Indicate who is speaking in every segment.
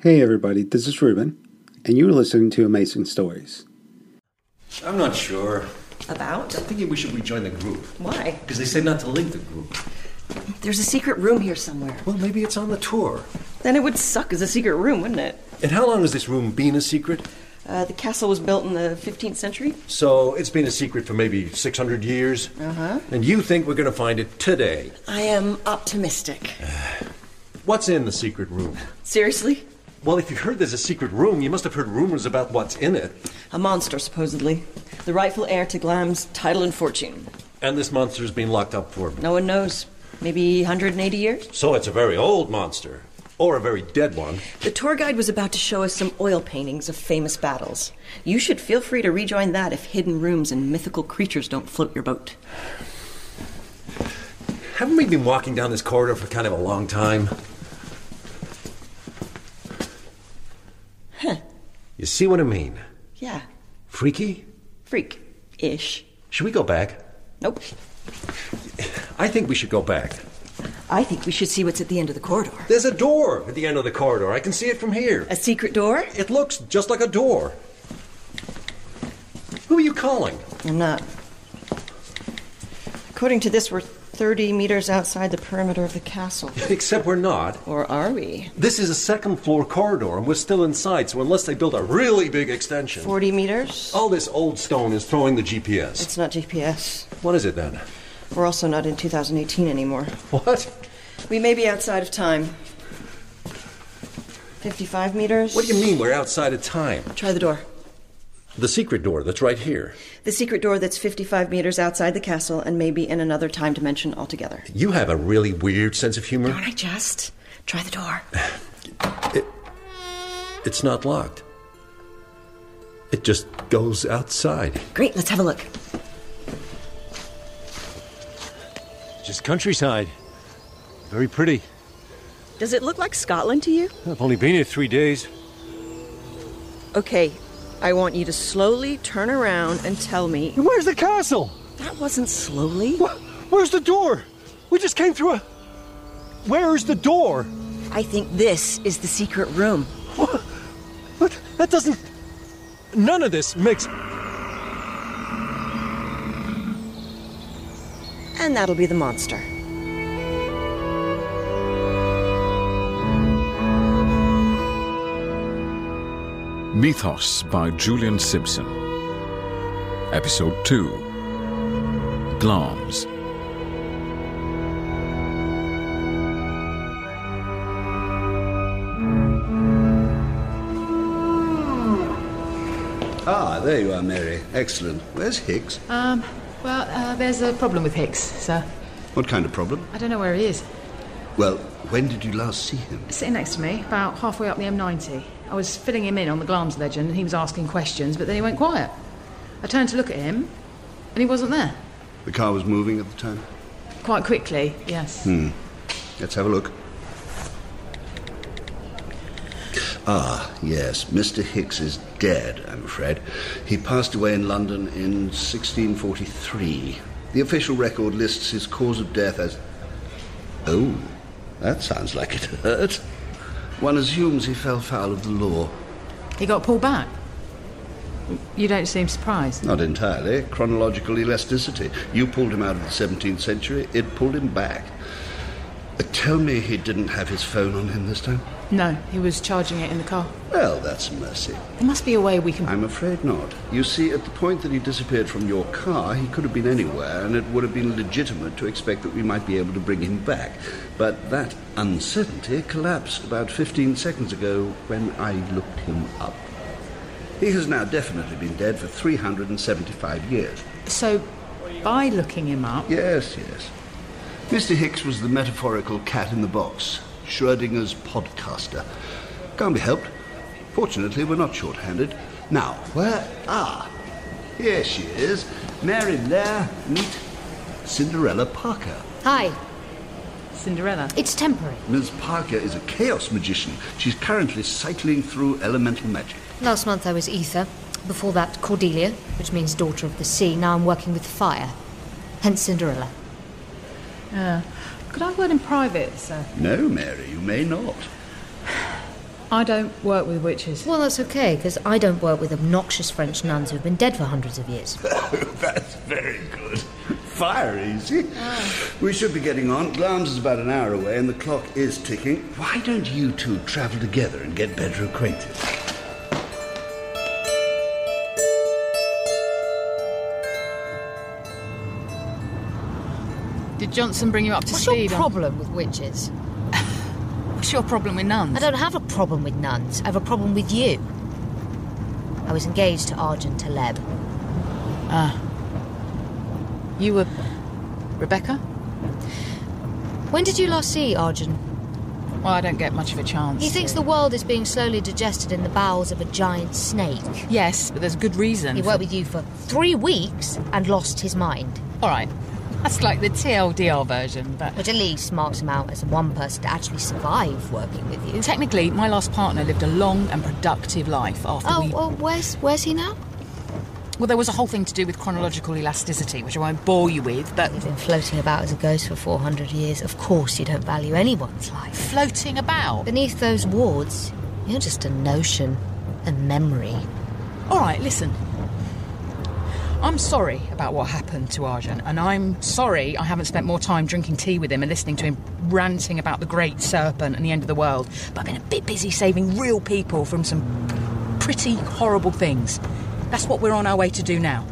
Speaker 1: Hey, everybody, this is Ruben, and you're listening to Amazing Stories.
Speaker 2: I'm not sure.
Speaker 3: About?
Speaker 2: I'm thinking we should rejoin the group.
Speaker 3: Why?
Speaker 2: Because they say not to link the group.
Speaker 3: There's a secret room here somewhere.
Speaker 2: Well, maybe it's on the tour.
Speaker 3: Then it would suck as a secret room, wouldn't it?
Speaker 2: And how long has this room been a secret?
Speaker 3: Uh, the castle was built in the 15th century.
Speaker 2: So it's been a secret for maybe 600 years. Uh huh. And you think we're going to find it today.
Speaker 3: I am optimistic.
Speaker 2: What's in the secret room?
Speaker 3: Seriously?
Speaker 2: Well, if you heard there's a secret room, you must have heard rumors about what's in it.
Speaker 3: A monster, supposedly. The rightful heir to Glam's title and fortune.
Speaker 2: And this monster's been locked up for
Speaker 3: No one knows. Maybe 180 years?
Speaker 2: So it's a very old monster. Or a very dead one.
Speaker 3: The tour guide was about to show us some oil paintings of famous battles. You should feel free to rejoin that if hidden rooms and mythical creatures don't float your boat.
Speaker 2: Haven't we been walking down this corridor for kind of a long time? You see what I mean?
Speaker 3: Yeah.
Speaker 2: Freaky?
Speaker 3: Freak. Ish.
Speaker 2: Should we go back?
Speaker 3: Nope.
Speaker 2: I think we should go back.
Speaker 3: I think we should see what's at the end of the corridor.
Speaker 2: There's a door at the end of the corridor. I can see it from here.
Speaker 3: A secret door?
Speaker 2: It looks just like a door. Who are you calling?
Speaker 3: I'm not. According to this, we're 30 meters outside the perimeter of the castle.
Speaker 2: Except we're not.
Speaker 3: Or are we?
Speaker 2: This is a second floor corridor, and we're still inside, so unless they build a really big extension.
Speaker 3: 40 meters?
Speaker 2: All this old stone is throwing the GPS.
Speaker 3: It's not GPS.
Speaker 2: What is it then?
Speaker 3: We're also not in 2018 anymore.
Speaker 2: What?
Speaker 3: We may be outside of time. 55 meters?
Speaker 2: What do you mean we're outside of time?
Speaker 3: Try the door.
Speaker 2: The secret door that's right here.
Speaker 3: The secret door that's 55 meters outside the castle and maybe in another time dimension altogether.
Speaker 2: You have a really weird sense of humor.
Speaker 3: Don't I just? Try the door.
Speaker 2: It's not locked. It just goes outside.
Speaker 3: Great, let's have a look.
Speaker 4: Just countryside. Very pretty.
Speaker 3: Does it look like Scotland to you?
Speaker 4: I've only been here three days.
Speaker 3: Okay, I want you to slowly turn around and tell me.
Speaker 4: Where's the castle?
Speaker 3: That wasn't slowly.
Speaker 4: Wh- Where's the door? We just came through a. Where's the door?
Speaker 3: I think this is the secret room.
Speaker 4: What? That doesn't. None of this makes.
Speaker 3: And that'll be the monster.
Speaker 5: Mythos by Julian Simpson. Episode 2 Glams.
Speaker 6: Ah, there you are, Mary. Excellent. Where's Hicks?
Speaker 7: Um, well, uh, there's a problem with Hicks, sir.
Speaker 6: What kind of problem?
Speaker 7: I don't know where he is.
Speaker 6: Well, when did you last see him?
Speaker 7: Sitting next to me, about halfway up the M90. I was filling him in on the Glam's legend, and he was asking questions, but then he went quiet. I turned to look at him, and he wasn't there.
Speaker 6: The car was moving at the time.
Speaker 7: Quite quickly, yes.
Speaker 6: Let's have a look. Ah, yes, Mr. Hicks is dead, I'm afraid. He passed away in London in 1643. The official record lists his cause of death as. Oh, that sounds like it hurt. One assumes he fell foul of the law.
Speaker 7: He got pulled back. You don't seem surprised.
Speaker 6: Not entirely. Chronological elasticity. You pulled him out of the 17th century, it pulled him back. Uh, Tell me he didn't have his phone on him this time.
Speaker 7: No, he was charging it in the car.
Speaker 6: Well, that's a mercy.
Speaker 7: There must be a way we can.
Speaker 6: I'm afraid not. You see, at the point that he disappeared from your car, he could have been anywhere, and it would have been legitimate to expect that we might be able to bring him back. But that uncertainty collapsed about 15 seconds ago when I looked him up. He has now definitely been dead for 375 years.
Speaker 7: So, by looking him up,
Speaker 6: Yes, yes. Mr. Hicks was the metaphorical cat in the box, Schrodinger's podcaster. Can't be helped. Fortunately, we're not short-handed. Now, where Ah, Here she is. Mary Lair, meet Cinderella Parker.
Speaker 8: Hi,
Speaker 7: Cinderella.
Speaker 8: it's temporary.
Speaker 6: Ms. Parker is a chaos magician. She's currently cycling through elemental magic.
Speaker 8: Last month I was Ether, before that Cordelia, which means daughter of the sea. Now I'm working with fire, hence Cinderella.
Speaker 7: Could I have a word in private, sir?
Speaker 6: No, Mary, you may not.
Speaker 9: I don't work with witches.
Speaker 8: Well, that's okay, because I don't work with obnoxious French nuns who've been dead for hundreds of years.
Speaker 6: That's very good. Fire easy. We should be getting on. Glam's is about an hour away and the clock is ticking. Why don't you two travel together and get better acquainted?
Speaker 7: Did Johnson bring you up to
Speaker 8: What's your
Speaker 7: speed on-
Speaker 8: problem with witches?
Speaker 7: What's your problem with nuns?
Speaker 8: I don't have a problem with nuns. I have a problem with you. I was engaged to Arjun Taleb.
Speaker 7: You were Rebecca?
Speaker 8: When did you last see Arjun?
Speaker 7: Well, I don't get much of a chance.
Speaker 8: He thinks the world is being slowly digested in the bowels of a giant snake.
Speaker 7: Yes, but there's good reason.
Speaker 8: He
Speaker 7: for-
Speaker 8: worked with you for three weeks and lost his mind,
Speaker 7: All right. That's like the TLDR version, but
Speaker 8: which at least marks him out as one person to actually survive working with you.
Speaker 7: technically, my last partner lived a long and productive life after
Speaker 8: Oh,
Speaker 7: we.
Speaker 8: well, where's where's he now?
Speaker 7: Well, there was a whole thing to do with chronological elasticity, which I won't bore you with, but
Speaker 8: You've been floating about as a ghost for 400 years. Of course, you don't value anyone's life.
Speaker 7: floating about.
Speaker 8: Beneath those wards, you're just a notion, a memory.
Speaker 7: All right, listen. I'm sorry about what happened to Arjun, and I'm sorry I haven't spent more time drinking tea with him and listening to him ranting about the great serpent and the end of the world. But I've been a bit busy saving real people from some pretty horrible things. That's what we're on our way to do now.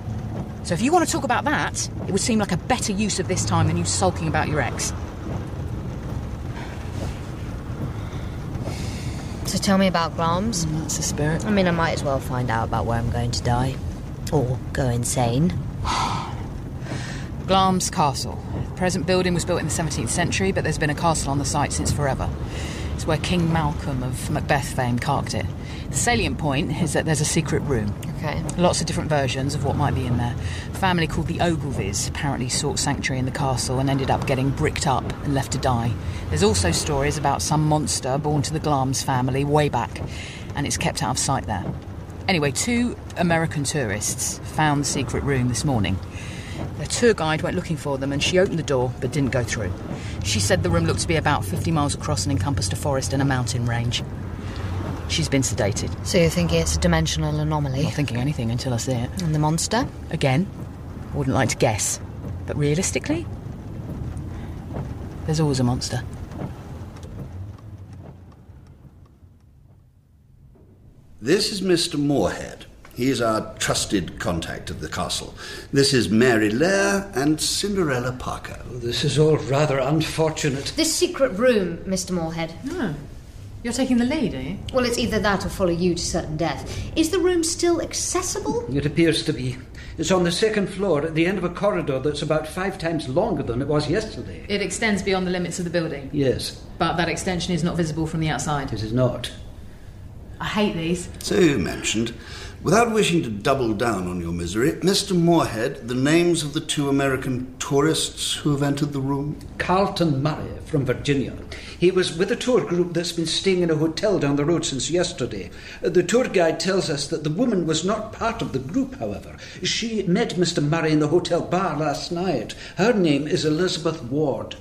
Speaker 7: So if you want to talk about that, it would seem like a better use of this time than you sulking about your ex.
Speaker 8: So tell me about Grams.
Speaker 7: Mm, That's the spirit.
Speaker 8: I mean, I might as well find out about where I'm going to die. Or go insane.
Speaker 7: Glam's Castle. The present building was built in the 17th century, but there's been a castle on the site since forever. It's where King Malcolm of Macbeth fame carked it. The salient point is that there's a secret room.
Speaker 8: Okay.
Speaker 7: Lots of different versions of what might be in there. A family called the Ogilvies apparently sought sanctuary in the castle and ended up getting bricked up and left to die. There's also stories about some monster born to the Glam's family way back, and it's kept out of sight there. Anyway, two American tourists found the secret room this morning. Their tour guide went looking for them and she opened the door but didn't go through. She said the room looked to be about 50 miles across and encompassed a forest and a mountain range. She's been sedated.
Speaker 8: So you're thinking it's a dimensional anomaly?
Speaker 7: Not thinking anything until I see it.
Speaker 8: And the monster?
Speaker 7: Again, I wouldn't like to guess, but realistically, there's always a monster.
Speaker 6: This is Mr. Moorhead. He is our trusted contact at the castle. This is Mary Lair and Cinderella Parker.
Speaker 10: This is all rather unfortunate.
Speaker 8: This secret room, Mr. Moorhead.
Speaker 9: You're taking the lead, are you?
Speaker 8: Well, it's either that or follow you to certain death. Is the room still accessible?
Speaker 10: It appears to be. It's on the second floor at the end of a corridor that's about five times longer than it was yesterday.
Speaker 9: It extends beyond the limits of the building,
Speaker 10: Yes,
Speaker 9: but that extension is not visible from the outside.
Speaker 10: it is not.
Speaker 9: I hate these.
Speaker 6: So you mentioned, without wishing to double down on your misery, Mr. Moorhead, the names of the two American tourists who have entered the room?
Speaker 10: Carlton Murray from Virginia. He was with a tour group that's been staying in a hotel down the road since yesterday. The tour guide tells us that the woman was not part of the group, however. She met Mr. Murray in the hotel bar last night. Her name is Elizabeth Ward.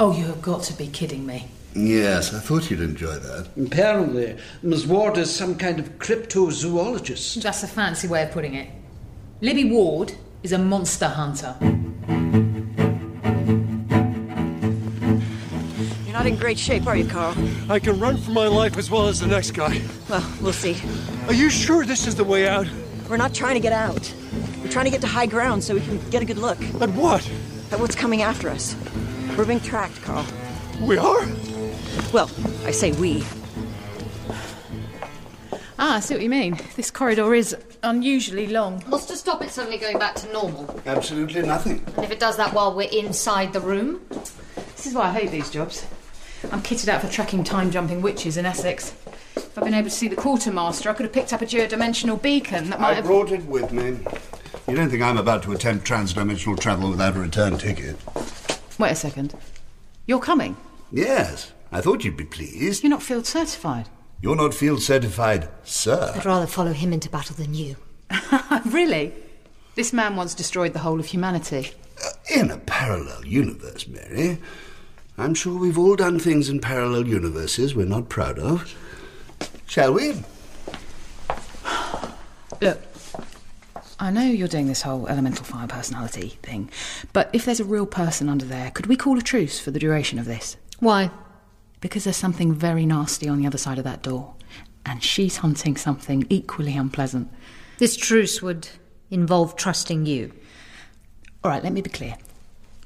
Speaker 9: Oh, you have got to be kidding me.
Speaker 6: Yes, I thought you'd enjoy that.
Speaker 10: Apparently, Ms. Ward is some kind of cryptozoologist.
Speaker 9: That's a fancy way of putting it. Libby Ward is a monster hunter.
Speaker 3: You're not in great shape, are you, Carl?
Speaker 2: I can run for my life as well as the next guy.
Speaker 3: Well, we'll see.
Speaker 2: Are you sure this is the way out?
Speaker 3: We're not trying to get out. We're trying to get to high ground so we can get a good look
Speaker 2: At what?
Speaker 3: at what's coming after us. We're being tracked, Carl.
Speaker 2: We are?
Speaker 3: Well, I say we.
Speaker 7: Ah, I see what you mean.
Speaker 9: This corridor is unusually long.
Speaker 8: What's to stop it suddenly going back to normal?
Speaker 6: Absolutely nothing.
Speaker 8: And if it does that while we're inside the room?
Speaker 9: This is why I hate these jobs. I'm kitted out for tracking time jumping witches in Essex. If I'd been able to see the quartermaster, I could have picked up a geodimensional beacon that might
Speaker 6: I
Speaker 9: have.
Speaker 6: brought it with me. You don't think I'm about to attempt transdimensional travel without a return ticket?
Speaker 7: Wait a second.
Speaker 9: You're coming.
Speaker 6: Yes, I thought you'd be pleased.
Speaker 7: You're not field certified.
Speaker 6: You're not field certified, sir.
Speaker 8: I'd rather follow him into battle than you.
Speaker 9: really? This man once destroyed the whole of humanity.
Speaker 6: Uh, In a parallel universe, Mary. I'm sure we've all done things in parallel universes we're not proud of. Shall we?
Speaker 7: Look, I know you're doing this whole elemental fire personality thing, but if there's a real person under there, could we call a truce for the duration of this?
Speaker 8: Why?
Speaker 7: Because there's something very nasty on the other side of that door, and she's hunting something equally unpleasant.
Speaker 8: This truce would involve trusting you.
Speaker 7: All right, let me be clear.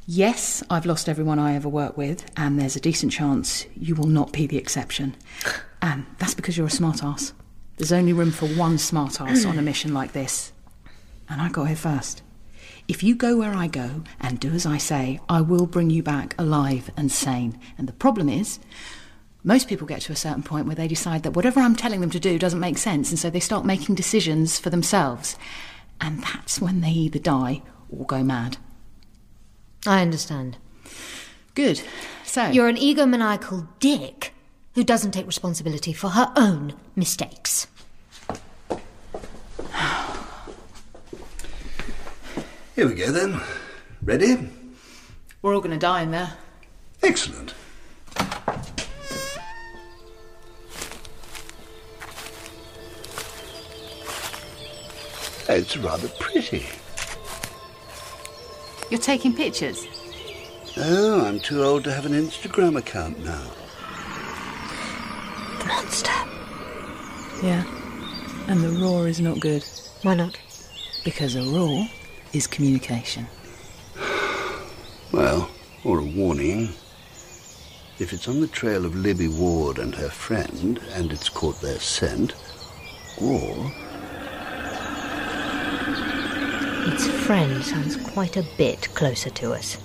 Speaker 7: Yes, I've lost everyone I ever worked with, and there's a decent chance you will not be the exception. And that's because you're a smart ass. There's only room for one smart ass on a mission like this. And I got here first. If you go where I go and do as I say, I will bring you back alive and sane. And the problem is, most people get to a certain point where they decide that whatever I'm telling them to do doesn't make sense, and so they start making decisions for themselves. And that's when they either die or go mad.
Speaker 8: I understand.
Speaker 7: Good. So.
Speaker 8: You're an egomaniacal dick who doesn't take responsibility for her own mistakes.
Speaker 6: Here we go then. Ready?
Speaker 7: We're all going to die in there.
Speaker 6: Excellent. Oh, it's rather pretty.
Speaker 7: You're taking pictures?
Speaker 6: Oh, I'm too old to have an Instagram account now.
Speaker 8: The monster.
Speaker 7: Yeah. And the roar is not good.
Speaker 8: Why not?
Speaker 7: Because a roar is communication.
Speaker 6: Well, or a warning. If it's on the trail of Libby Ward and her friend, and it's caught their scent, or
Speaker 8: Its friend sounds quite a bit closer to us.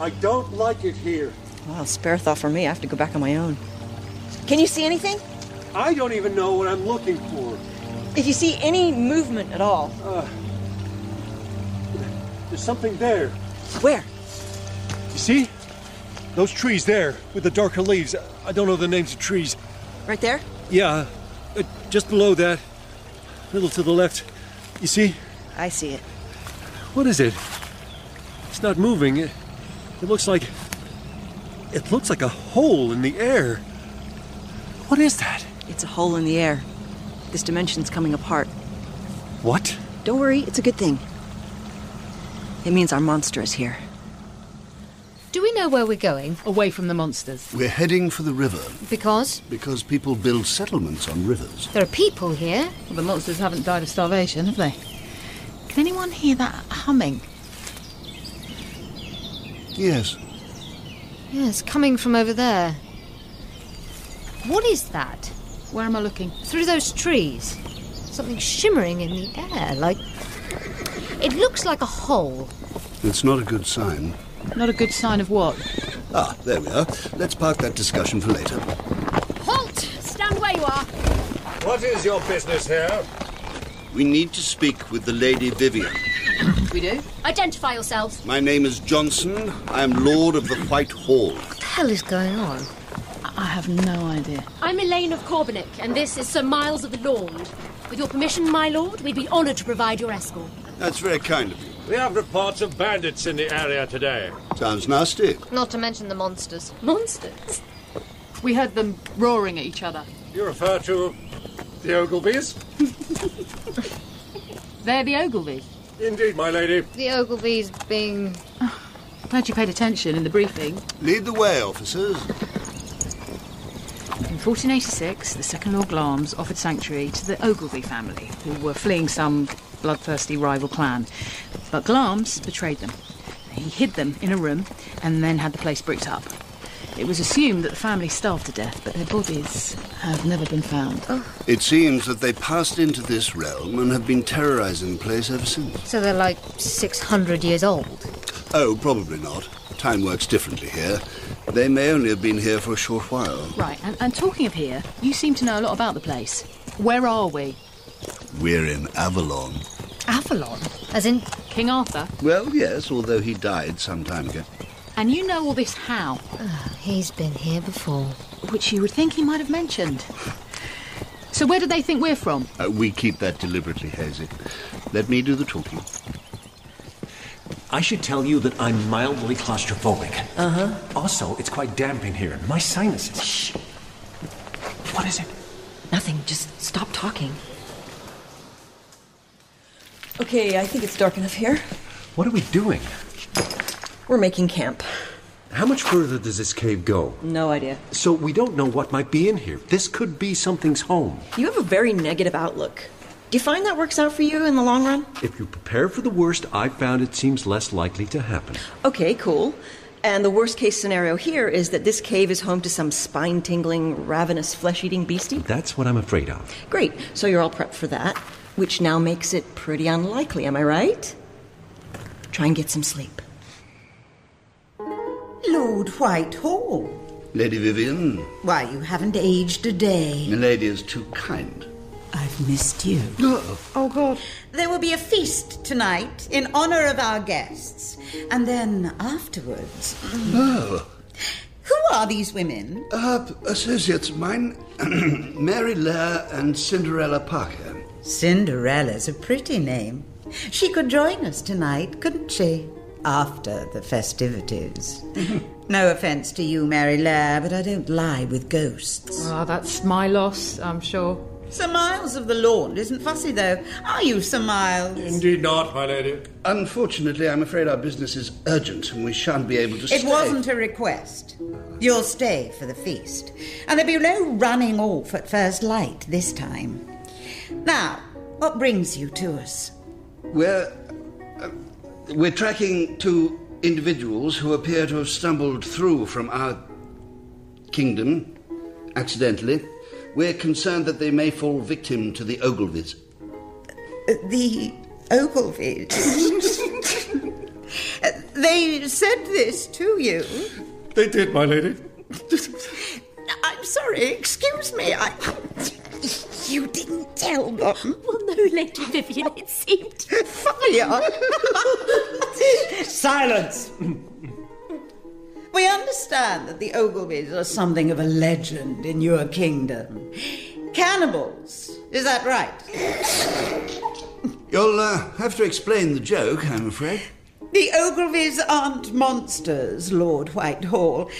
Speaker 10: I don't like it here.
Speaker 3: Wow, spare thought for me. I have to go back on my own. Can you see anything?
Speaker 10: I don't even know what I'm looking for.
Speaker 3: If you see any movement at all.
Speaker 10: Uh, there's something there.
Speaker 3: Where?
Speaker 10: You see? Those trees there with the darker leaves. I don't know the names of trees.
Speaker 3: Right there?
Speaker 10: Yeah, uh, just below that. A little to the left. You see?
Speaker 3: I see it.
Speaker 10: What is it? It's not moving. It, it looks like. It looks like a hole in the air. What is that?
Speaker 3: It's a hole in the air. This dimension's coming apart.
Speaker 10: What?
Speaker 3: Don't worry, it's a good thing. It means our monster is here.
Speaker 8: Do we know where we're going?
Speaker 7: Away from the monsters.
Speaker 6: we're heading for the river
Speaker 8: Because
Speaker 6: because people build settlements on rivers.
Speaker 8: there are people here.
Speaker 7: Well, the monsters haven't died of starvation, have they? Can anyone hear that humming?
Speaker 6: Yes.
Speaker 8: Yeah, it's coming from over there. What is that?
Speaker 7: Where am I looking?
Speaker 8: Through those trees. Something shimmering in the air, like. It looks like a hole.
Speaker 6: It's not a good sign.
Speaker 7: Not a good sign of what?
Speaker 6: Ah, there we are. Let's park that discussion for later.
Speaker 11: Halt! Stand where you are.
Speaker 6: What is your business here? We need to speak with the Lady Vivian.
Speaker 11: We do. Identify yourselves.
Speaker 6: My name is Johnson. I am Lord of the White Hall.
Speaker 8: What the hell is going on?
Speaker 7: I have no idea.
Speaker 11: I'm Elaine of Corbinick, and this is Sir Miles of the Laund. With your permission, my lord, we'd be honoured to provide your escort.
Speaker 6: That's very kind of you.
Speaker 12: We have reports of bandits in the area today.
Speaker 6: Sounds nasty.
Speaker 8: Not to mention the monsters.
Speaker 11: Monsters?
Speaker 7: We heard them roaring at each other.
Speaker 12: You refer to the Ogilvies?
Speaker 7: They're the Ogilvies.
Speaker 12: Indeed, my lady.
Speaker 8: The Ogilvy's being.
Speaker 7: Glad you paid attention in the briefing.
Speaker 6: Lead the way, officers.
Speaker 7: In 1486, the Second Lord Glamis offered sanctuary to the Ogilvy family, who were fleeing some bloodthirsty rival clan. But Glamis betrayed them. He hid them in a room and then had the place bricked up. It was assumed that the family starved to death, but their bodies have never been found.
Speaker 6: It seems that they passed into this realm and have been terrorizing the place ever since.
Speaker 8: So they're like 600 years old.
Speaker 6: Oh, probably not. Time works differently here. They may only have been here for a short while.
Speaker 7: Right, and, and talking of here, you seem to know a lot about the place. Where are we?
Speaker 6: We're in Avalon.
Speaker 7: Avalon?
Speaker 8: As in
Speaker 7: King Arthur?
Speaker 6: Well, yes, although he died some time ago.
Speaker 7: And you know all this how?
Speaker 8: He's been here before.
Speaker 7: Which you would think he might have mentioned. So where do they think we're from?
Speaker 6: Uh, we keep that deliberately hazy. Let me do the talking.
Speaker 2: I should tell you that I'm mildly claustrophobic.
Speaker 8: Uh-huh.
Speaker 3: Uh huh.
Speaker 2: Also, it's quite damp in here. My sinuses. Shh.
Speaker 13: What is it?
Speaker 3: Nothing. Just stop talking. Okay, I think it's dark enough here.
Speaker 10: What are we doing?
Speaker 3: We're making camp.
Speaker 10: How much further does this cave go?
Speaker 3: No idea.
Speaker 10: So we don't know what might be in here. This could be something's home.
Speaker 3: You have a very negative outlook. Do you find that works out for you in the long run?
Speaker 10: If you prepare for the worst, I've found it seems less likely to happen.
Speaker 3: Okay, cool. And the worst case scenario here is that this cave is home to some spine tingling, ravenous, flesh eating beastie?
Speaker 10: That's what I'm afraid of.
Speaker 3: Great, so you're all prepped for that, which now makes it pretty unlikely, am I right? Try and get some sleep.
Speaker 8: Lord Whitehall.
Speaker 6: Lady Vivian,
Speaker 8: Why, you haven't aged a day.
Speaker 6: Milady is too kind.
Speaker 8: I've missed you.
Speaker 6: Oh,
Speaker 8: God. There will be a feast tonight in honor of our guests. And then afterwards.
Speaker 6: Oh.
Speaker 8: Who are these women?
Speaker 6: Uh, associates of mine, Mary Lair and Cinderella Parker.
Speaker 8: Cinderella's a pretty name. She could join us tonight, couldn't she? After the festivities. no offence to you, Mary Lair, but I don't lie with ghosts.
Speaker 7: Ah, that's my loss, I'm sure.
Speaker 8: Sir Miles of the Lawn isn't fussy, though. Are you, Sir Miles?
Speaker 6: Indeed not, my lady. Unfortunately, I'm afraid our business is urgent and we shan't be able to
Speaker 8: It wasn't a request. You'll stay for the feast. And there'll be no running off at first light this time. Now, what brings you to us?
Speaker 6: We're, uh, we're tracking two individuals who appear to have stumbled through from our kingdom accidentally. We're concerned that they may fall victim to the Ogilvies.
Speaker 8: Uh, The Ogilvies. Uh, they said this to you.
Speaker 2: They did, my lady.
Speaker 8: I'm sorry, excuse me. I. You didn't tell them.
Speaker 14: Well, no, Lady Vivian, it seemed.
Speaker 8: Fire!
Speaker 15: Silence!
Speaker 8: We understand that the Ogilvies are something of a legend in your kingdom. Cannibals, is that right?
Speaker 6: You'll uh, have to explain the joke, I'm afraid.
Speaker 8: The Ogilvies aren't monsters, Lord Whitehall.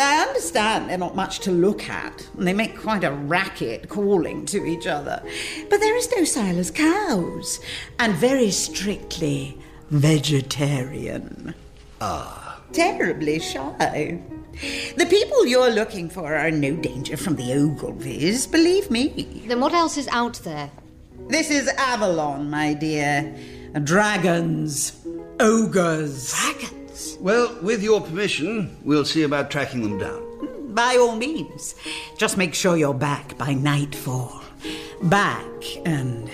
Speaker 8: I understand they're not much to look at, and they make quite a racket calling to each other. But there is no Silas cows, and very strictly vegetarian.
Speaker 6: Ah.
Speaker 8: Terribly shy. The people you're looking for are in no danger from the Ogilvies, believe me.
Speaker 16: Then what else is out there?
Speaker 8: This is Avalon, my dear. Dragons. Ogres.
Speaker 6: Well, with your permission, we'll see about tracking them down.
Speaker 8: By all means. Just make sure you're back by nightfall. Back and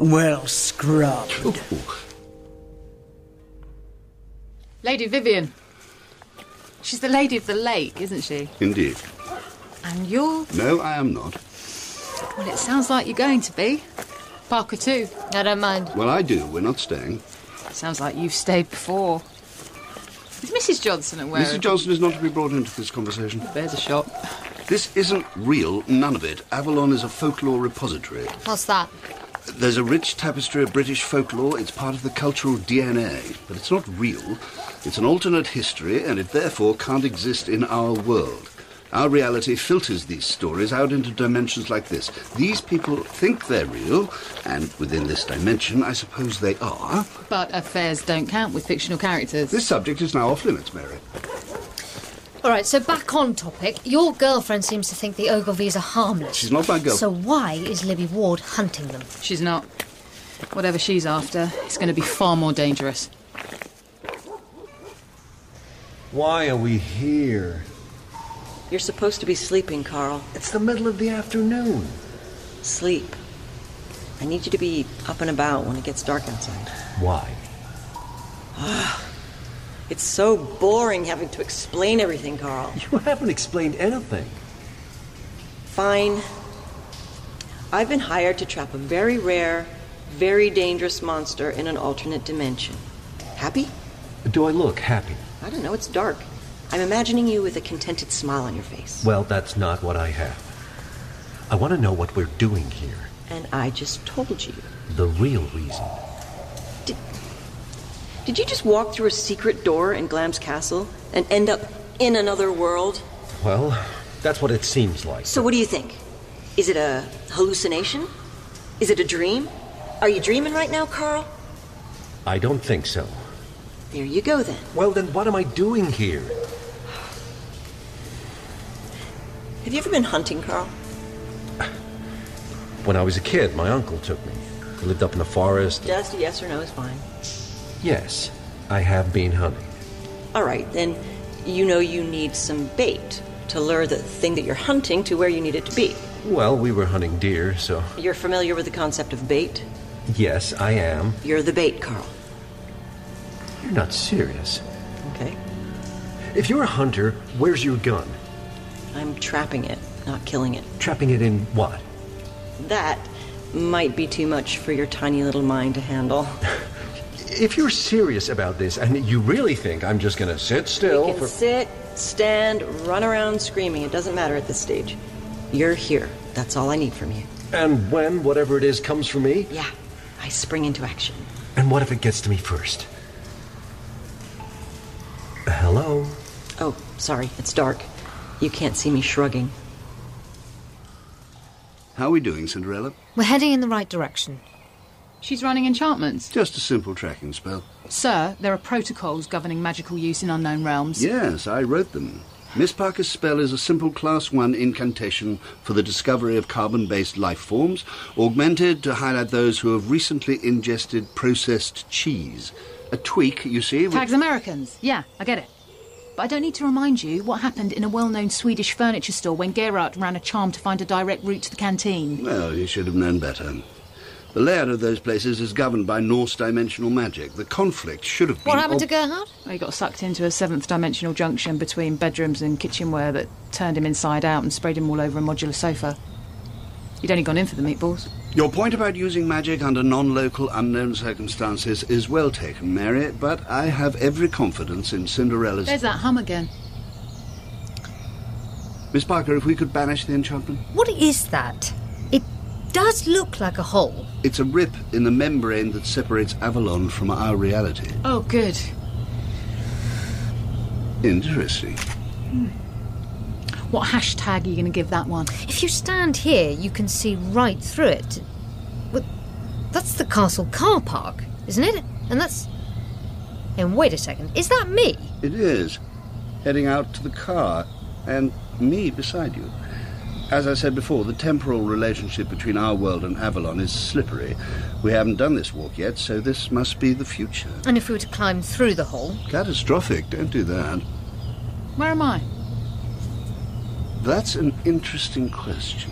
Speaker 8: well scrubbed.
Speaker 7: Lady Vivian. She's the lady of the lake, isn't she?
Speaker 17: Indeed.
Speaker 7: And you're.
Speaker 17: No, I am not.
Speaker 7: Well, it sounds like you're going to be. Parker, too.
Speaker 16: I don't mind.
Speaker 17: Well, I do. We're not staying.
Speaker 7: Sounds like you've stayed before. Is Mrs. Johnson aware?
Speaker 17: Mrs. Johnson is not to be brought into this conversation.
Speaker 7: There's a shot.
Speaker 17: This isn't real, none of it. Avalon is a folklore repository.
Speaker 16: What's that?
Speaker 17: There's a rich tapestry of British folklore. It's part of the cultural DNA, but it's not real. It's an alternate history, and it therefore can't exist in our world. Our reality filters these stories out into dimensions like this. These people think they're real, and within this dimension, I suppose they are.
Speaker 7: But affairs don't count with fictional characters.
Speaker 17: This subject is now off limits, Mary.
Speaker 16: All right, so back on topic. Your girlfriend seems to think the Ogilvies are harmless.
Speaker 17: She's not my girl-
Speaker 16: So why is Libby Ward hunting them?
Speaker 7: She's not. Whatever she's after, it's going to be far more dangerous.
Speaker 10: Why are we here?
Speaker 3: You're supposed to be sleeping, Carl.
Speaker 10: It's the middle of the afternoon.
Speaker 3: Sleep. I need you to be up and about when it gets dark outside.
Speaker 10: Why?
Speaker 3: It's so boring having to explain everything, Carl.
Speaker 10: You haven't explained anything.
Speaker 3: Fine. I've been hired to trap a very rare, very dangerous monster in an alternate dimension. Happy?
Speaker 10: Do I look happy?
Speaker 3: I don't know, it's dark. I'm imagining you with a contented smile on your face.
Speaker 10: Well, that's not what I have. I want to know what we're doing here.
Speaker 3: And I just told you.
Speaker 10: The real reason.
Speaker 3: Did you just walk through a secret door in Glam's castle and end up in another world?
Speaker 10: Well,
Speaker 2: That's what it seems like.
Speaker 3: So, what do you think? Is it a hallucination? Is it a dream? Are you dreaming right now, Carl?
Speaker 2: I don't think so.
Speaker 3: There you go then.
Speaker 2: Well, then what am I doing here?
Speaker 3: Have you ever been hunting, Carl?
Speaker 2: When I was a kid, my uncle took me. He lived up in the forest.
Speaker 3: Just a yes or no is fine.
Speaker 2: Yes, I have been hunting.
Speaker 3: All right, then you know you need some bait to lure the thing that you're hunting to where you need it to be.
Speaker 2: Well, we were hunting deer, so
Speaker 3: You're familiar with the concept of bait?
Speaker 2: yes, I am.
Speaker 3: You're the bait, Carl.
Speaker 2: You're not serious.
Speaker 3: Okay.
Speaker 2: If you're a hunter, where's your gun?
Speaker 3: I'm trapping it, not killing it.
Speaker 2: Trapping it in what?
Speaker 3: That might be too much for your tiny little mind to handle.
Speaker 2: If you're serious about this and you really think I'm just going to sit still
Speaker 3: you can
Speaker 2: for
Speaker 3: sit, stand, run around screaming. It doesn't matter at this stage. You're here. That's all I need from you.
Speaker 2: and when whatever it is comes for me,
Speaker 3: Yeah, I spring into action.
Speaker 2: and what if it gets to me first? Hello?
Speaker 3: Oh, sorry, it's dark. You can't see me shrugging.
Speaker 6: How are we doing, Cinderella?
Speaker 8: We're heading in the right direction.
Speaker 7: She's running enchantments.
Speaker 6: Just a simple tracking spell.
Speaker 7: Sir, there are protocols governing magical use in unknown realms.
Speaker 6: Yes, I wrote them. Miss Parker's spell is a simple Class 1 incantation for the discovery of carbon based life forms, augmented to highlight those who have recently ingested processed cheese. A tweak, you see. which-
Speaker 7: Tags Americans. Yeah, I get it. But I don't need to remind you what happened in a well known Swedish furniture store when Gerard ran a charm to find a direct route to the canteen.
Speaker 6: Well, you should have known better. The layout of those places is governed by Norse dimensional magic. The conflict should have been. ob-
Speaker 7: Gerhard? Well, he got sucked into a seventh dimensional junction between bedrooms and kitchenware that turned him inside out and sprayed him all over a modular sofa. He'd only gone in for the meatballs.
Speaker 6: Your point about using magic under non local, unknown circumstances is well taken, Mary, but I have every confidence in Cinderella's.
Speaker 7: There's that hum again.
Speaker 6: Miss Parker, if we could banish the enchantment?
Speaker 8: What is that? It does look like a hole.
Speaker 6: It's a rip in the membrane that separates Avalon from our reality.
Speaker 7: Oh, good.
Speaker 6: Interesting.
Speaker 7: What hashtag are you going to give that one?
Speaker 8: If you stand here, you can see right through it. But that's the castle car park, isn't it? And that's. And wait a second, is that me?
Speaker 6: It is. Heading out to the car, and me beside you. As I said before, the temporal relationship between our world and Avalon is slippery. We haven't done this walk yet, so this must be the future.
Speaker 8: And if we were to climb through the hole,
Speaker 6: Catastrophic, don't do that.
Speaker 7: Where am I?
Speaker 6: That's an interesting question.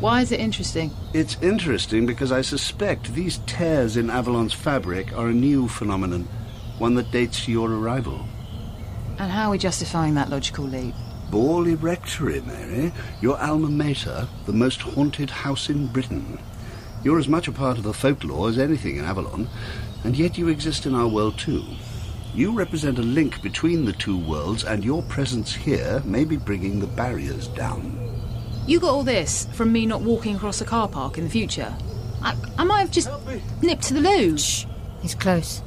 Speaker 7: Why is it interesting?
Speaker 6: It's interesting because I suspect these tears in Avalon's fabric are a new phenomenon, one that dates to your arrival.
Speaker 7: And how are we justifying that logical leap?
Speaker 6: Borley Rectory, Mary, your alma mater, the most haunted house in Britain. You're as much a part of the folklore as anything in Avalon, and yet you exist in our world too. You represent a link between the two worlds, and your presence here may be bringing the barriers down.
Speaker 7: You got all this from me not walking across a car park in the future. I, I might have just nipped to the loo. Shh,
Speaker 8: he's close.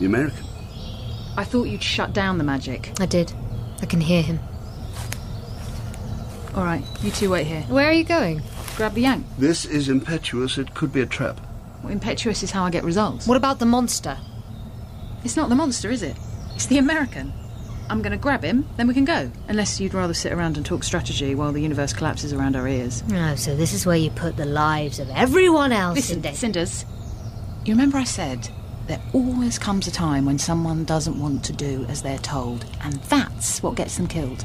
Speaker 6: The American.
Speaker 7: I thought you'd shut down the magic.
Speaker 8: I did. I can hear him.
Speaker 7: All right, you two wait here.
Speaker 8: Where are you going?
Speaker 7: Grab the yank.
Speaker 6: This is impetuous, it could be a trap.
Speaker 7: Well, impetuous is how I get results.
Speaker 8: What about the monster?
Speaker 7: It's not the monster, is it? It's the American. I'm going to grab him, then we can go. Unless you'd rather sit around and talk strategy while the universe collapses around our ears.
Speaker 8: Oh, so this is where you put the lives of everyone else
Speaker 7: Listen,
Speaker 8: in danger.
Speaker 7: Cinders, you remember I said there always comes a time when someone doesn't want to do as they're told, and that's what gets them killed.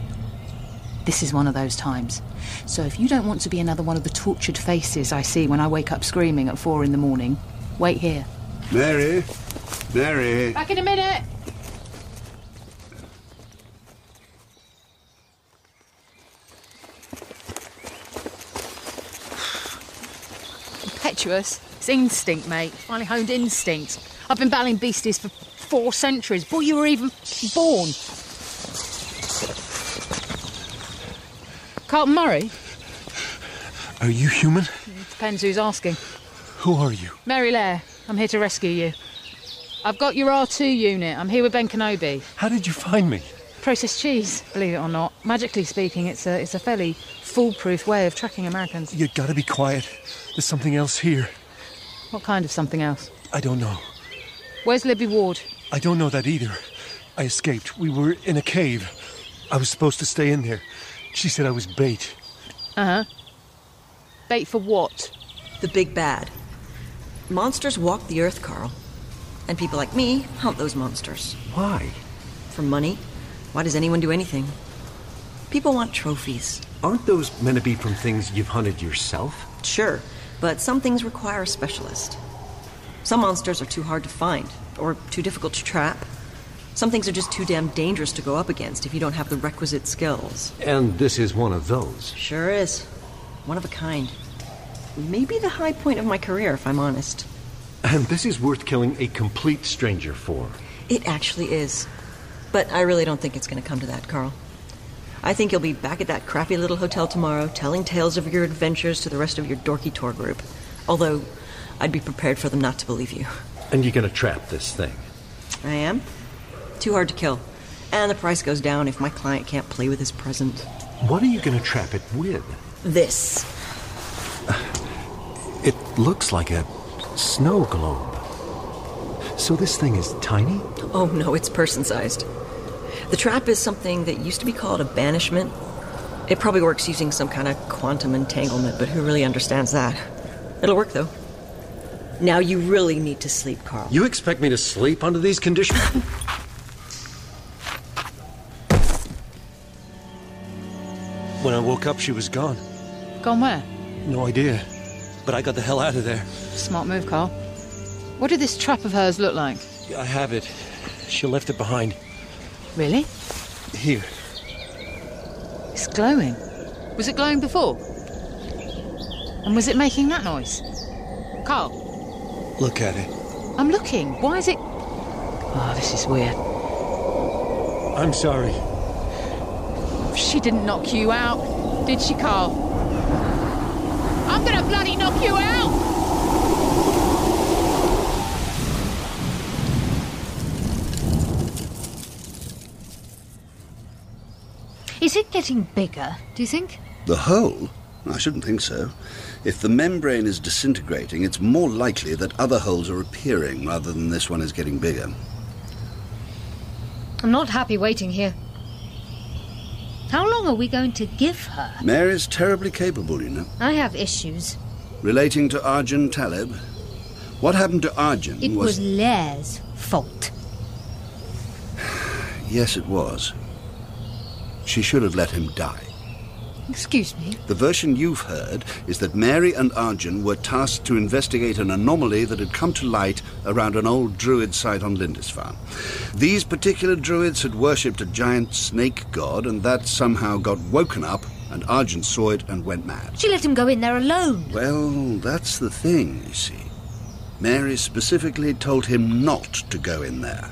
Speaker 7: This is one of those times. So if you don't want to be another one of the tortured faces I see when I wake up screaming at four in the morning, wait here.
Speaker 6: Mary? Mary?
Speaker 7: in a minute! Impetuous. It's instinct, mate. Finally honed instinct. I've been battling beasties for four centuries. Before you were even born. Carlton Murray?
Speaker 10: Are you human?
Speaker 7: Depends who's asking.
Speaker 10: Who are you?
Speaker 7: Mary Lair, I'm here to rescue you. I've got your R2 unit. I'm here with Ben Kenobi.
Speaker 10: How did you find me?
Speaker 18: processed cheese, believe it or not. Magically speaking, it's a, it's a fairly foolproof way of tracking Americans.
Speaker 10: You gotta be quiet. There's something else here.
Speaker 18: What kind of something else?
Speaker 10: I don't know.
Speaker 18: Where's Libby Ward?
Speaker 10: I don't know that either. I escaped. We were in a cave. I was supposed to stay in there. She said I was bait.
Speaker 18: Uh huh. Bait for what?
Speaker 19: The big bad.
Speaker 3: Monsters walk the earth, Carl. And people like me hunt those monsters.
Speaker 10: Why?
Speaker 3: For money. Why does anyone do anything? People want trophies.
Speaker 2: Aren't those meant to be from things you've hunted yourself?
Speaker 3: Sure, but some things require a specialist. Some monsters are too hard to find, or too difficult to trap. Some things are just too damn dangerous to go up against if you don't have the requisite skills.
Speaker 2: And this is one of those.
Speaker 3: Sure is. One of a kind. Maybe the high point of my career, if I'm honest.
Speaker 2: And this is worth killing a complete stranger for.
Speaker 3: It actually is. But I really don't think it's going to come to that, Carl. I think you'll be back at that crappy little hotel tomorrow telling tales of your adventures to the rest of your dorky tour group. Although, I'd be prepared for them not to believe you.
Speaker 2: And you're going to trap this thing.
Speaker 3: I am? Too hard to kill. And the price goes down if my client can't play with his present.
Speaker 2: What are you going to trap it with?
Speaker 3: This.
Speaker 2: It looks like a snow globe. So this thing is tiny?
Speaker 3: Oh no, it's person sized. The trap is something that used to be called a banishment. It probably works using some kind of quantum entanglement, but who really understands that? It'll work though. Now you really need to sleep, Carl.
Speaker 2: You expect me to sleep under these conditions?
Speaker 10: When I woke up, she was gone.
Speaker 18: Gone where?
Speaker 10: No idea. But I got the hell out of there.
Speaker 18: Smart move, Carl. What did this trap of hers look like?
Speaker 10: I have it. She left it behind.
Speaker 18: Really?
Speaker 10: Here.
Speaker 18: It's glowing. Was it glowing before? And was it making that noise? Carl,
Speaker 10: Look at it.
Speaker 18: I'm looking. Why is it. Oh, this is weird.
Speaker 10: I'm sorry.
Speaker 18: She didn't knock you out, did she, Carl? I'm gonna bloody knock you out!
Speaker 8: Is it getting bigger, do you think?
Speaker 6: The hole? I shouldn't think so. If the membrane is disintegrating, it's more likely that other holes are appearing rather than this one is getting bigger.
Speaker 8: I'm not happy waiting here. How long are we going to give her?
Speaker 6: Mary's terribly capable, you know.
Speaker 8: I have issues.
Speaker 6: Relating to Arjun Talib. What happened to Arjun
Speaker 8: It was Lair's fault.
Speaker 6: Yes, it was. She should have let him die.
Speaker 8: Excuse me.
Speaker 6: The version you've heard is that Mary and Arjun were tasked to investigate an anomaly that had come to light around an old druid site on Lindisfarne. These particular druids had worshipped a giant snake god, and that somehow got woken up, and Arjun saw it and went mad.
Speaker 8: She let him go in there alone.
Speaker 6: Well, that's the thing, you see. Mary specifically told him not to go in there.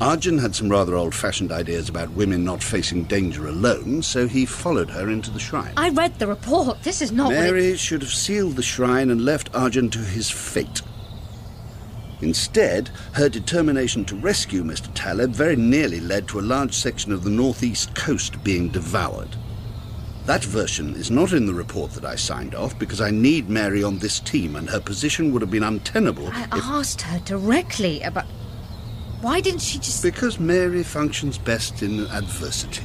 Speaker 6: Arjun had some rather old fashioned ideas about women not facing danger alone, so he followed her into the shrine.
Speaker 8: I read the report. This is not what
Speaker 6: Mary
Speaker 8: Oh, it...
Speaker 6: should have sealed the shrine and left Arjun to his fate. Instead, her determination to rescue Mr. Taleb very nearly led to a large section of the northeast coast being devoured. That version is not in the report that I signed off because I need Mary on this team, and her position would have been untenable
Speaker 8: I asked her directly about. Why didn't she just.
Speaker 6: because Mary functions best in adversity.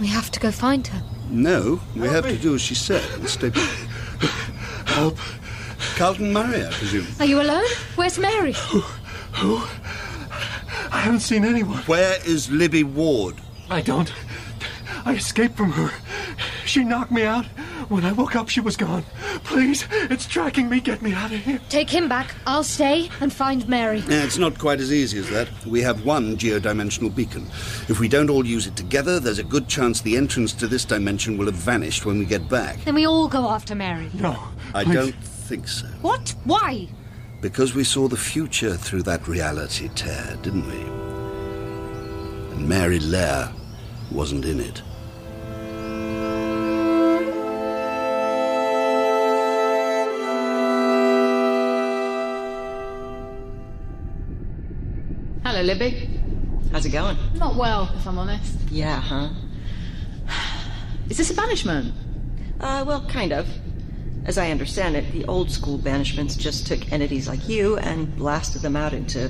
Speaker 8: We have to go find her.
Speaker 6: No, we have to do as she said and stay. Help. Carlton Murray, I presume.
Speaker 8: Are you alone? Where's Mary?
Speaker 10: Who? I haven't seen anyone.
Speaker 6: Where is Libby Ward?
Speaker 10: I don't. I escaped from her. She knocked me out. When I woke up, she was gone. Please, it's tracking me. Get me out of here.
Speaker 8: Take him back. I'll stay and find Mary.
Speaker 6: Yeah, it's not quite as easy as that. We have one geodimensional beacon. If we don't all use it together, there's a good chance the entrance to this dimension will have vanished when we get back.
Speaker 8: Then we all go after Mary.
Speaker 10: No.
Speaker 6: I don't think so.
Speaker 8: What? Why?
Speaker 6: Because we saw the future through that reality tear, didn't we? And Mary Lair wasn't in it.
Speaker 18: Hello, Libby.
Speaker 3: How's it going?
Speaker 7: Not well, if I'm honest.
Speaker 3: Yeah, huh?
Speaker 7: Is this a banishment?
Speaker 3: Uh, well, kind of. As I understand it, the old school banishments just took entities like you and blasted them out into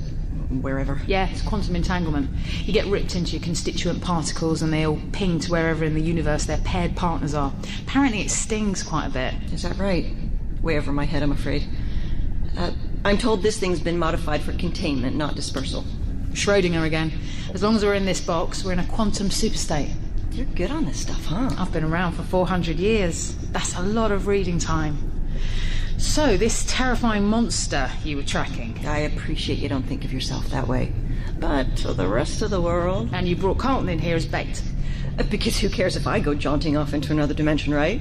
Speaker 3: wherever.
Speaker 7: Yeah, it's quantum entanglement. You get ripped into your constituent particles and they all ping to wherever in the universe their paired partners are. Apparently, it stings quite a bit.
Speaker 3: Is that right? Way over my head, I'm afraid. Uh, I'm told this thing's been modified for containment, not dispersal.
Speaker 7: Schrodinger again. As long as we're in this box, we're in a quantum superstate.
Speaker 3: You're good on this stuff, huh?
Speaker 7: I've been around for 400 years. That's a lot of reading time. So, this terrifying monster you were tracking.
Speaker 3: I appreciate you don't think of yourself that way. But for the rest of the world.
Speaker 7: And you brought Carlton in here as bait.
Speaker 3: Uh, Because who cares if I go jaunting off into another dimension, right?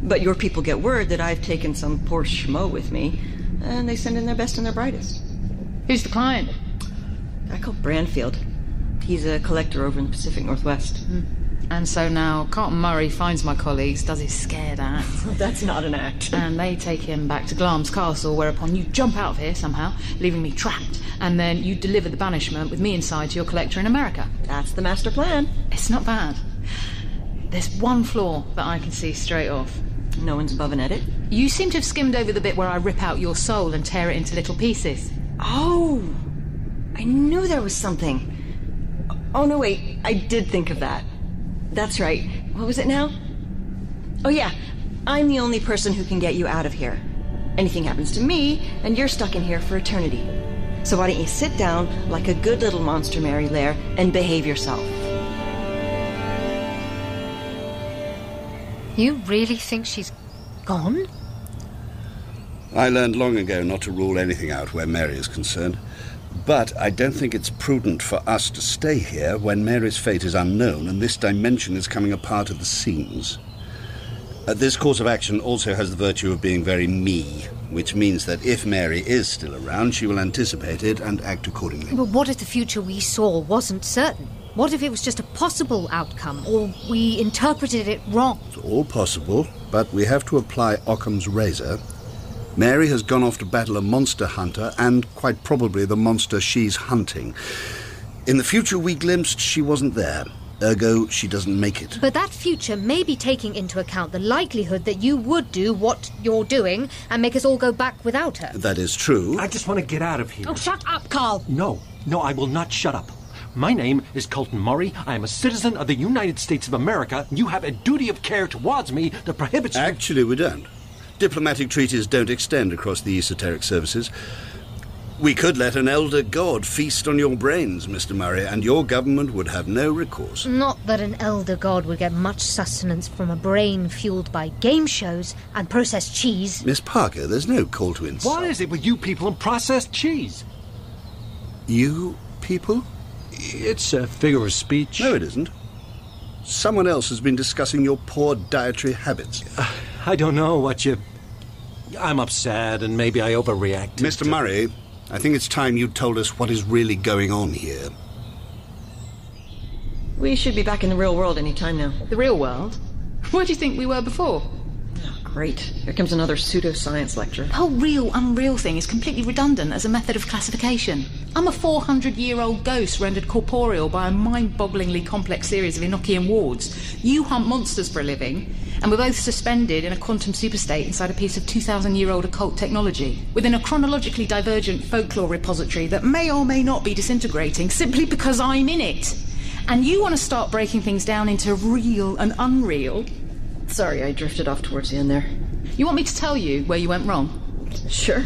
Speaker 3: But your people get word that I've taken some poor schmo with me, and they send in their best and their brightest.
Speaker 7: Who's the client?
Speaker 3: I call Branfield. He's a collector over in the Pacific Northwest.
Speaker 7: And so now Carlton Murray finds my colleagues, does his scared act.
Speaker 3: That's not an act.
Speaker 7: And they take him back to Glam's castle, whereupon you jump out of here somehow, leaving me trapped. And then you deliver the banishment with me inside to your collector in America.
Speaker 3: That's the master plan.
Speaker 7: It's not bad. There's one flaw that I can see straight off.
Speaker 3: No one's above an edit.
Speaker 7: You seem to have skimmed over the bit where I rip out your soul and tear it into little pieces.
Speaker 3: Oh! I knew there was something. Oh, no, wait. I did think of that. That's right. What was it now? Oh, yeah. I'm the only person who can get you out of here. Anything happens to me, and you're stuck in here for eternity. So why don't you sit down like a good little monster Mary Lair and behave yourself?
Speaker 8: You really think she's gone?
Speaker 6: I learned long ago not to rule anything out where Mary is concerned, but I don't think it's prudent for us to stay here when Mary's fate is unknown and this dimension is coming apart at the seams. Uh, this course of action also has the virtue of being very me, which means that if Mary is still around, she will anticipate it and act accordingly.
Speaker 8: But what if the future we saw wasn't certain? What if it was just a possible outcome, or we interpreted it wrong?
Speaker 6: It's all possible, but we have to apply Occam's razor. Mary has gone off to battle a monster hunter and quite probably the monster she's hunting. In the future we glimpsed, she wasn't there. Ergo, she doesn't make it.
Speaker 8: But that future may be taking into account the likelihood that you would do what you're doing and make us all go back without her.
Speaker 6: That is true.
Speaker 10: I just want to get out of here.
Speaker 8: Oh, shut up, Carl!
Speaker 10: No, no, I will not shut up. My name is Colton Murray. I am a citizen of the United States of America. You have a duty of care towards me that prohibits.
Speaker 6: Actually, we don't. Diplomatic treaties don't extend across the esoteric services. We could let an elder god feast on your brains, Mr. Murray, and your government would have no recourse.
Speaker 8: Not that an elder god would get much sustenance from a brain fueled by game shows and processed cheese.
Speaker 6: Miss Parker, there's no call to insult.
Speaker 10: What is it with you people and processed cheese?
Speaker 6: You people? It's a figure of speech. No, it isn't. Someone else has been discussing your poor dietary habits.
Speaker 10: I don't know what you. I'm upset, and maybe I overreact.
Speaker 6: Mr. Murray, I think it's time you told us what is really going on here.
Speaker 3: We should be back in the real world any time now.
Speaker 7: The real world? Where do you think we were before?
Speaker 3: Great. Here comes another pseudoscience lecture.
Speaker 7: The whole real unreal thing is completely redundant as a method of classification. I'm a 400 year old ghost rendered corporeal by a mind bogglingly complex series of Enochian wards. You hunt monsters for a living, and we're both suspended in a quantum superstate inside a piece of 2,000 year old occult technology, within a chronologically divergent folklore repository that may or may not be disintegrating simply because I'm in it. And you want to start breaking things down into real and unreal?
Speaker 3: Sorry, I drifted off towards the end there.
Speaker 7: You want me to tell you where you went wrong?
Speaker 3: Sure.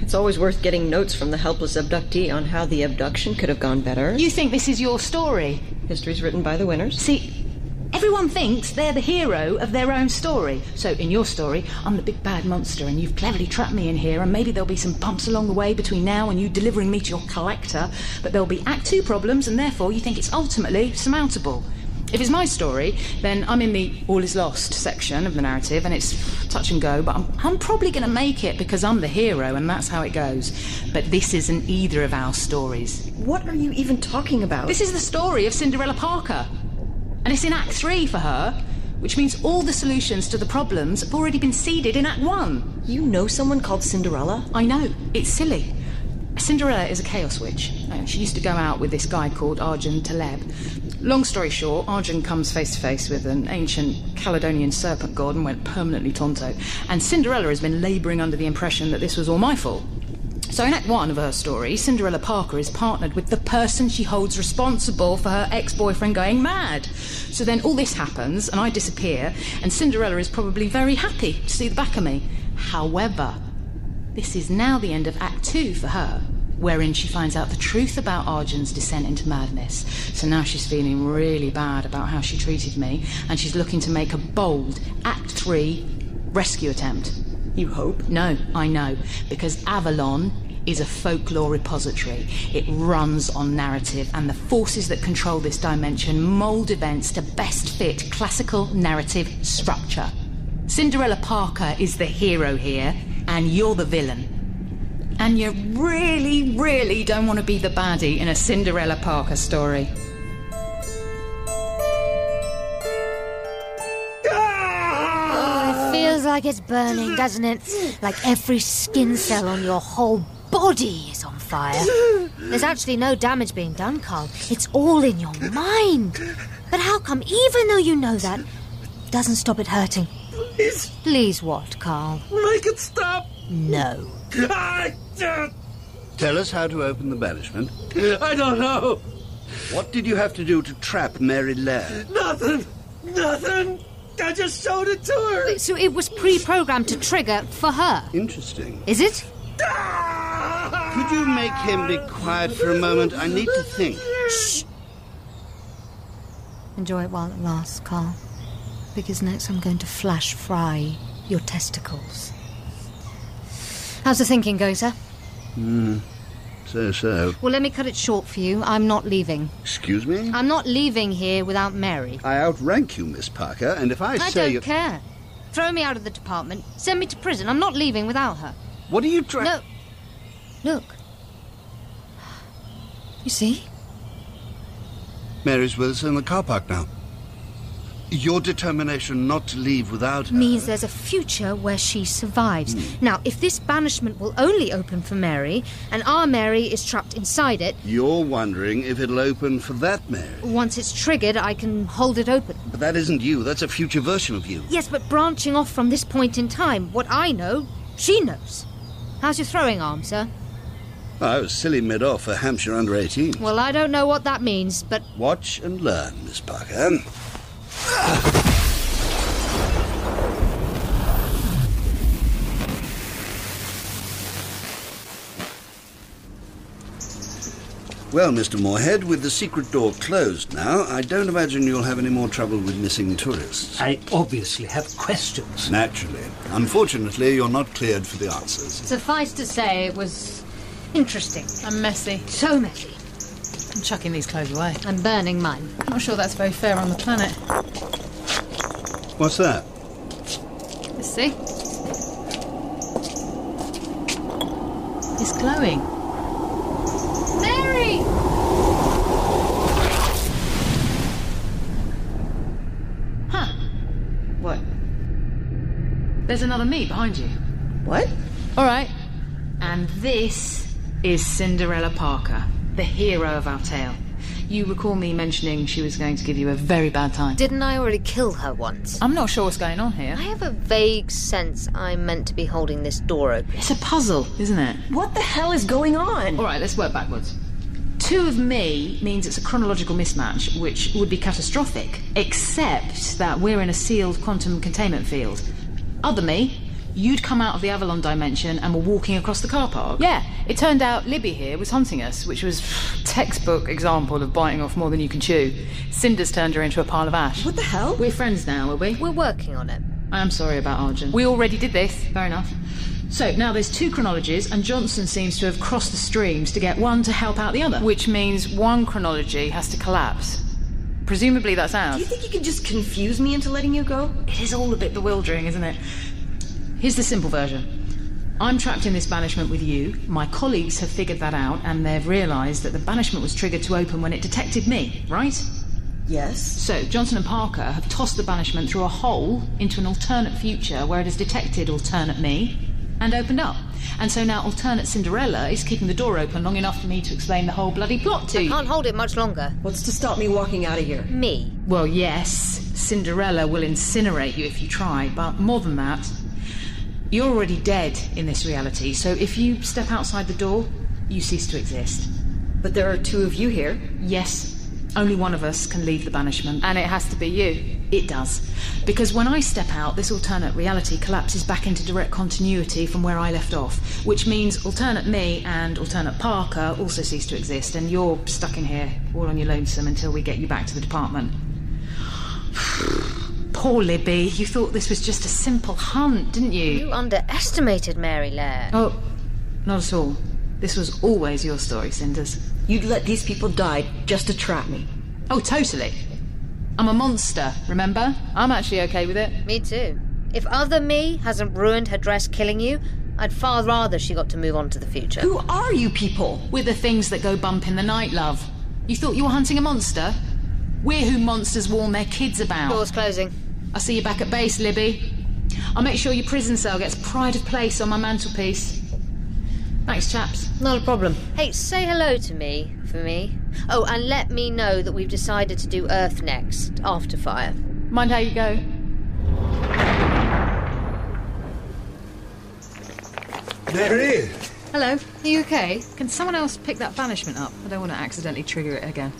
Speaker 3: It's always worth getting notes from the helpless abductee on how the abduction could have gone better.
Speaker 7: You think this is your story?
Speaker 3: History's written by the winners.
Speaker 7: See, everyone thinks they're the hero of their own story. So, in your story, I'm the big bad monster, and you've cleverly trapped me in here, and maybe there'll be some bumps along the way between now and you delivering me to your collector, but there'll be Act 2 problems, and therefore you think it's ultimately surmountable. If it's my story, then I'm in the all is lost section of the narrative, and it's touch and go, but I'm, I'm probably going to make it because I'm the hero, and that's how it goes. But this isn't either of our stories.
Speaker 3: What are you even talking about?
Speaker 7: This is the story of Cinderella Parker. And it's in Act 3 for her, which means all the solutions to the problems have already been seeded in Act 1.
Speaker 3: You know someone called Cinderella?
Speaker 7: I know, it's silly. Cinderella is a chaos witch. Uh, She used to go out with this guy called Arjun Taleb. Long story short, Arjun comes face to face with an ancient Caledonian serpent god and went permanently tonto. And Cinderella has been labouring under the impression that this was all my fault. So, in Act One of her story, Cinderella Parker is partnered with the person she holds responsible for her ex boyfriend going mad. So then all this happens, and I disappear, and Cinderella is probably very happy to see the back of me. However, this is now the end of Act Two for her, wherein she finds out the truth about Arjun's descent into madness. So now she's feeling really bad about how she treated me, and she's looking to make a bold Act Three rescue attempt. You hope? No, I know, because Avalon is a folklore repository. It runs on narrative, and the forces that control this dimension mould events to best fit classical narrative structure. Cinderella Parker is the hero here, and you're the villain. And you really, really don't want to be the baddie in a Cinderella Parker story.
Speaker 8: Oh,
Speaker 10: Ah!
Speaker 8: it feels like it's burning, doesn't it? Like every skin cell on your whole body is on fire. There's actually no damage being done, Carl. It's all in your mind. But how come, even though you know that, it doesn't stop it hurting? Please. Please what, Carl?
Speaker 12: Make it stop!
Speaker 8: No.
Speaker 12: I, uh,
Speaker 6: Tell us how to open the banishment.
Speaker 12: I don't know.
Speaker 6: What did you have to do to trap Mary Lair?
Speaker 12: nothing! Nothing! I just showed it to her!
Speaker 8: So it was pre programmed to trigger for her,
Speaker 6: Interesting.
Speaker 8: is it?
Speaker 6: Could you make him be quiet for a moment? I need to think.
Speaker 8: Shh. Enjoy it while it lasts, Carl. Because next I'm going to flash fry your testicles. How's the thinking going, sir?
Speaker 6: Hmm. So, so.
Speaker 8: Well, let me cut it short for you. I'm not leaving.
Speaker 6: Excuse me?
Speaker 8: I'm not leaving here without Mary.
Speaker 6: I outrank you, Miss Parker, and if I, say
Speaker 8: don't
Speaker 6: you.
Speaker 8: care. Throw me out of the department. Send me to prison. I'm not leaving without her.
Speaker 6: What are you trying.
Speaker 8: No. Look. You see?
Speaker 6: Mary's with us in the car park now. Your determination not to leave without her.
Speaker 8: means there's a future where she survives.
Speaker 6: Hmm.
Speaker 8: Now, if this banishment will only open for Mary, and our Mary is trapped inside it,
Speaker 6: You're wondering if it'll open for that Mary.
Speaker 8: once it's triggered, I can hold it open.
Speaker 6: But that isn't you, that's a future version of you.
Speaker 8: Yes, but branching off from this point in time, what I know, she knows. How's your throwing arm, sir?
Speaker 6: I was Oh, silly mid off for Hampshire under 18.
Speaker 8: Well, I don't know what that means, but
Speaker 6: Watch and learn, Miss Parker. Well, Mr. Moorhead, with the secret door closed now, I don't imagine you'll have any more trouble with missing tourists.
Speaker 20: I obviously have questions.
Speaker 6: Naturally. Unfortunately, you're not cleared for the answers.
Speaker 8: Suffice to say, it was interesting. And messy. So messy.
Speaker 7: I'm chucking these clothes away.
Speaker 8: I'm burning mine.
Speaker 18: Not sure that's very fair on the planet.
Speaker 6: What's that?
Speaker 18: Let's see. It's glowing.
Speaker 8: Mary!
Speaker 7: Huh. What? There's another me behind you.
Speaker 21: What?
Speaker 7: All right. And this is Cinderella Parker, the hero of our tale. You recall me mentioning she was going to give you a very bad time.
Speaker 8: Didn't I already kill her once?
Speaker 7: I'm not sure what's going on here.
Speaker 8: I have a vague sense I'm meant to be holding this door open.
Speaker 7: It's a puzzle, isn't it?
Speaker 8: What the hell is going on?
Speaker 7: All right, let's work backwards. Two of me means it's a chronological mismatch, which would be catastrophic, except that we're in a sealed quantum containment field. Other me, you'd come out of the Avalon dimension and were walking across the car park. Yeah, it turned out Libby here was hunting us, which was textbook example of biting off more than you can chew. Cinder's turned her into a pile of ash. What the hell? We're friends now, are we?
Speaker 8: We're working on it.
Speaker 7: I am sorry about Arjun. We already did this. Fair enough. So now there's two chronologies, and Johnson seems to have crossed the streams to get one to help out the other. Which means one chronology has to collapse. Presumably that's ours. Do you think you can just confuse me into letting you go? It is all a bit bewildering, isn't it? Here's the simple version. I'm trapped in this banishment with you. My colleagues have figured that out, and they've realised that the banishment was triggered to open when it detected me, right? Yes. So Johnson and Parker have tossed the banishment through a hole into an alternate future where it has detected alternate me and opened up. And so now alternate Cinderella is keeping the door open long enough for me to explain the whole bloody plot to you.
Speaker 8: Can't hold it much longer.
Speaker 3: What's to stop me walking out of here?
Speaker 8: Me.
Speaker 7: Well, yes, Cinderella will incinerate you if you try, but more than that, you're already dead in this reality, so if you step outside the door, you cease to exist.
Speaker 3: But there are two of you here.
Speaker 7: Yes, only one of us can leave the banishment, and it has to be you. It does. Because when I step out, this alternate reality collapses back into direct continuity from where I left off, which means alternate me and alternate Parker also cease to exist, and you're stuck in here, all on your lonesome, until we get you back to the department. Poor Libby, you thought this was just a simple hunt, didn't you?
Speaker 8: You underestimated Mary Lair.
Speaker 7: Oh, not at all. This was always your story, Cinders.
Speaker 3: You'd let these people die just to trap me.
Speaker 7: Oh, totally. I'm a monster, remember? I'm actually okay with it.
Speaker 8: Me too. If other me hasn't ruined her dress killing you, I'd far rather she got to move on to the future.
Speaker 7: Who are you people? We're the things that go bump in the night, love. You thought you were hunting a monster? We're who monsters warn their kids about.
Speaker 8: Door's closing.
Speaker 7: I'll see you back at base, Libby. I'll make sure your prison cell gets pride of place on my mantelpiece. Thanks, chaps.
Speaker 8: Not a problem. Hey, say hello to me, for me. Oh, and let me know that we've decided to do Earth next, after fire.
Speaker 7: Mind how you go.
Speaker 2: There it is.
Speaker 18: Hello, are you okay? Can someone else pick that banishment up? I don't want to accidentally trigger it again.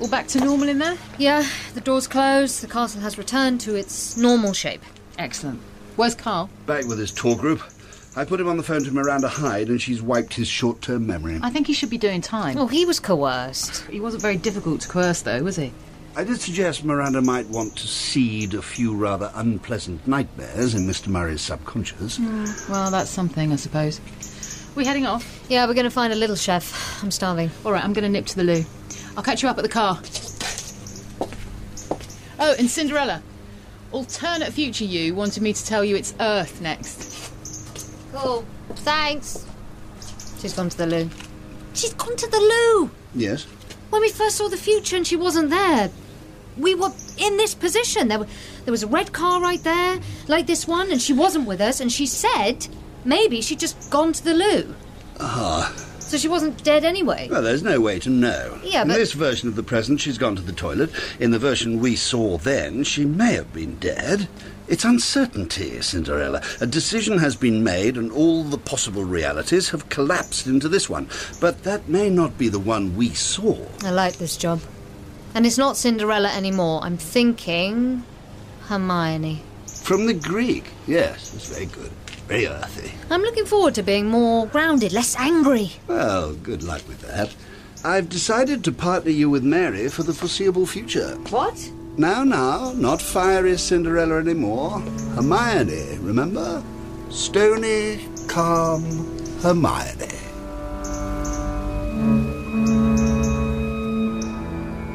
Speaker 18: All back to normal in there?
Speaker 8: Yeah, the door's closed, the castle has returned to its normal shape.
Speaker 7: Excellent. Where's Carl?
Speaker 6: Back with his tour group. I put him on the phone to Miranda Hyde and she's wiped his short term memory.
Speaker 7: I think he should be doing time.
Speaker 8: Well, Oh, he was coerced.
Speaker 7: Oh, He wasn't very difficult to coerce, though, was he?
Speaker 6: I did suggest Miranda might want to seed a few rather unpleasant nightmares in Mr. Murray's subconscious.
Speaker 8: Hmm.
Speaker 7: Well, that's something, I suppose. We heading off?
Speaker 8: Yeah, we're going to find a little chef. I'm starving.
Speaker 7: All right, I'm going to nip to the loo. I'll catch you up at the car. Oh, and Cinderella. Alternate future you wanted me to tell you it's Earth next.
Speaker 8: Cool. Thanks. She's gone to the loo. She's gone to the loo!
Speaker 6: Yes?
Speaker 8: When we first saw the future and she wasn't there, we were in this position. There, were, there was a red car right there, like this one, and she wasn't with us, and she said maybe she'd just gone to the loo.
Speaker 6: Ah.
Speaker 8: So she wasn't dead anyway.
Speaker 6: Well, there's no way to know.
Speaker 8: Yeah,
Speaker 6: in
Speaker 8: but-
Speaker 6: this version of the present, she's gone to the toilet. In the version we saw then, she may have been dead. It's uncertainty, Cinderella. A decision has been made, and all the possible realities have collapsed into this one. But that may not be the one we saw.
Speaker 8: I like this job. And it's not Cinderella anymore. I'm thinking. Hermione.
Speaker 6: From the Greek, yes, it's very good. Very earthy.
Speaker 8: I'm looking forward to being more grounded, less angry.
Speaker 6: Well, good luck with that. I've decided to partner you with Mary for the foreseeable future.
Speaker 8: What?
Speaker 6: Now, now, not fiery Cinderella anymore. Hermione, remember? Stony, calm Hermione.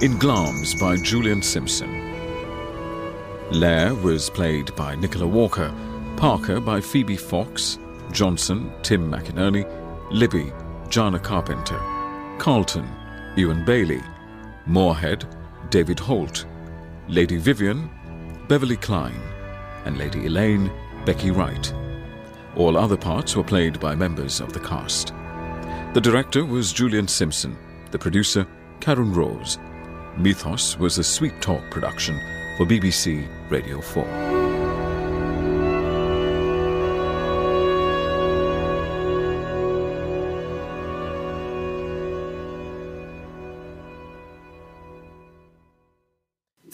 Speaker 5: In Glam's by Julian Simpson. Lair was played by Nicola Walker, Parker by Phoebe Fox, Johnson, Tim McInerney, Libby, Jana Carpenter, Carlton, Ewan Bailey, Moorhead, David Holt, Lady Vivian, Beverly Klein, and Lady Elaine, Becky Wright. All other parts were played by members of the cast. The director was Julian Simpson, the producer, Karen Rose. Mythos was a Sweet Talk production for BBC Radio 4.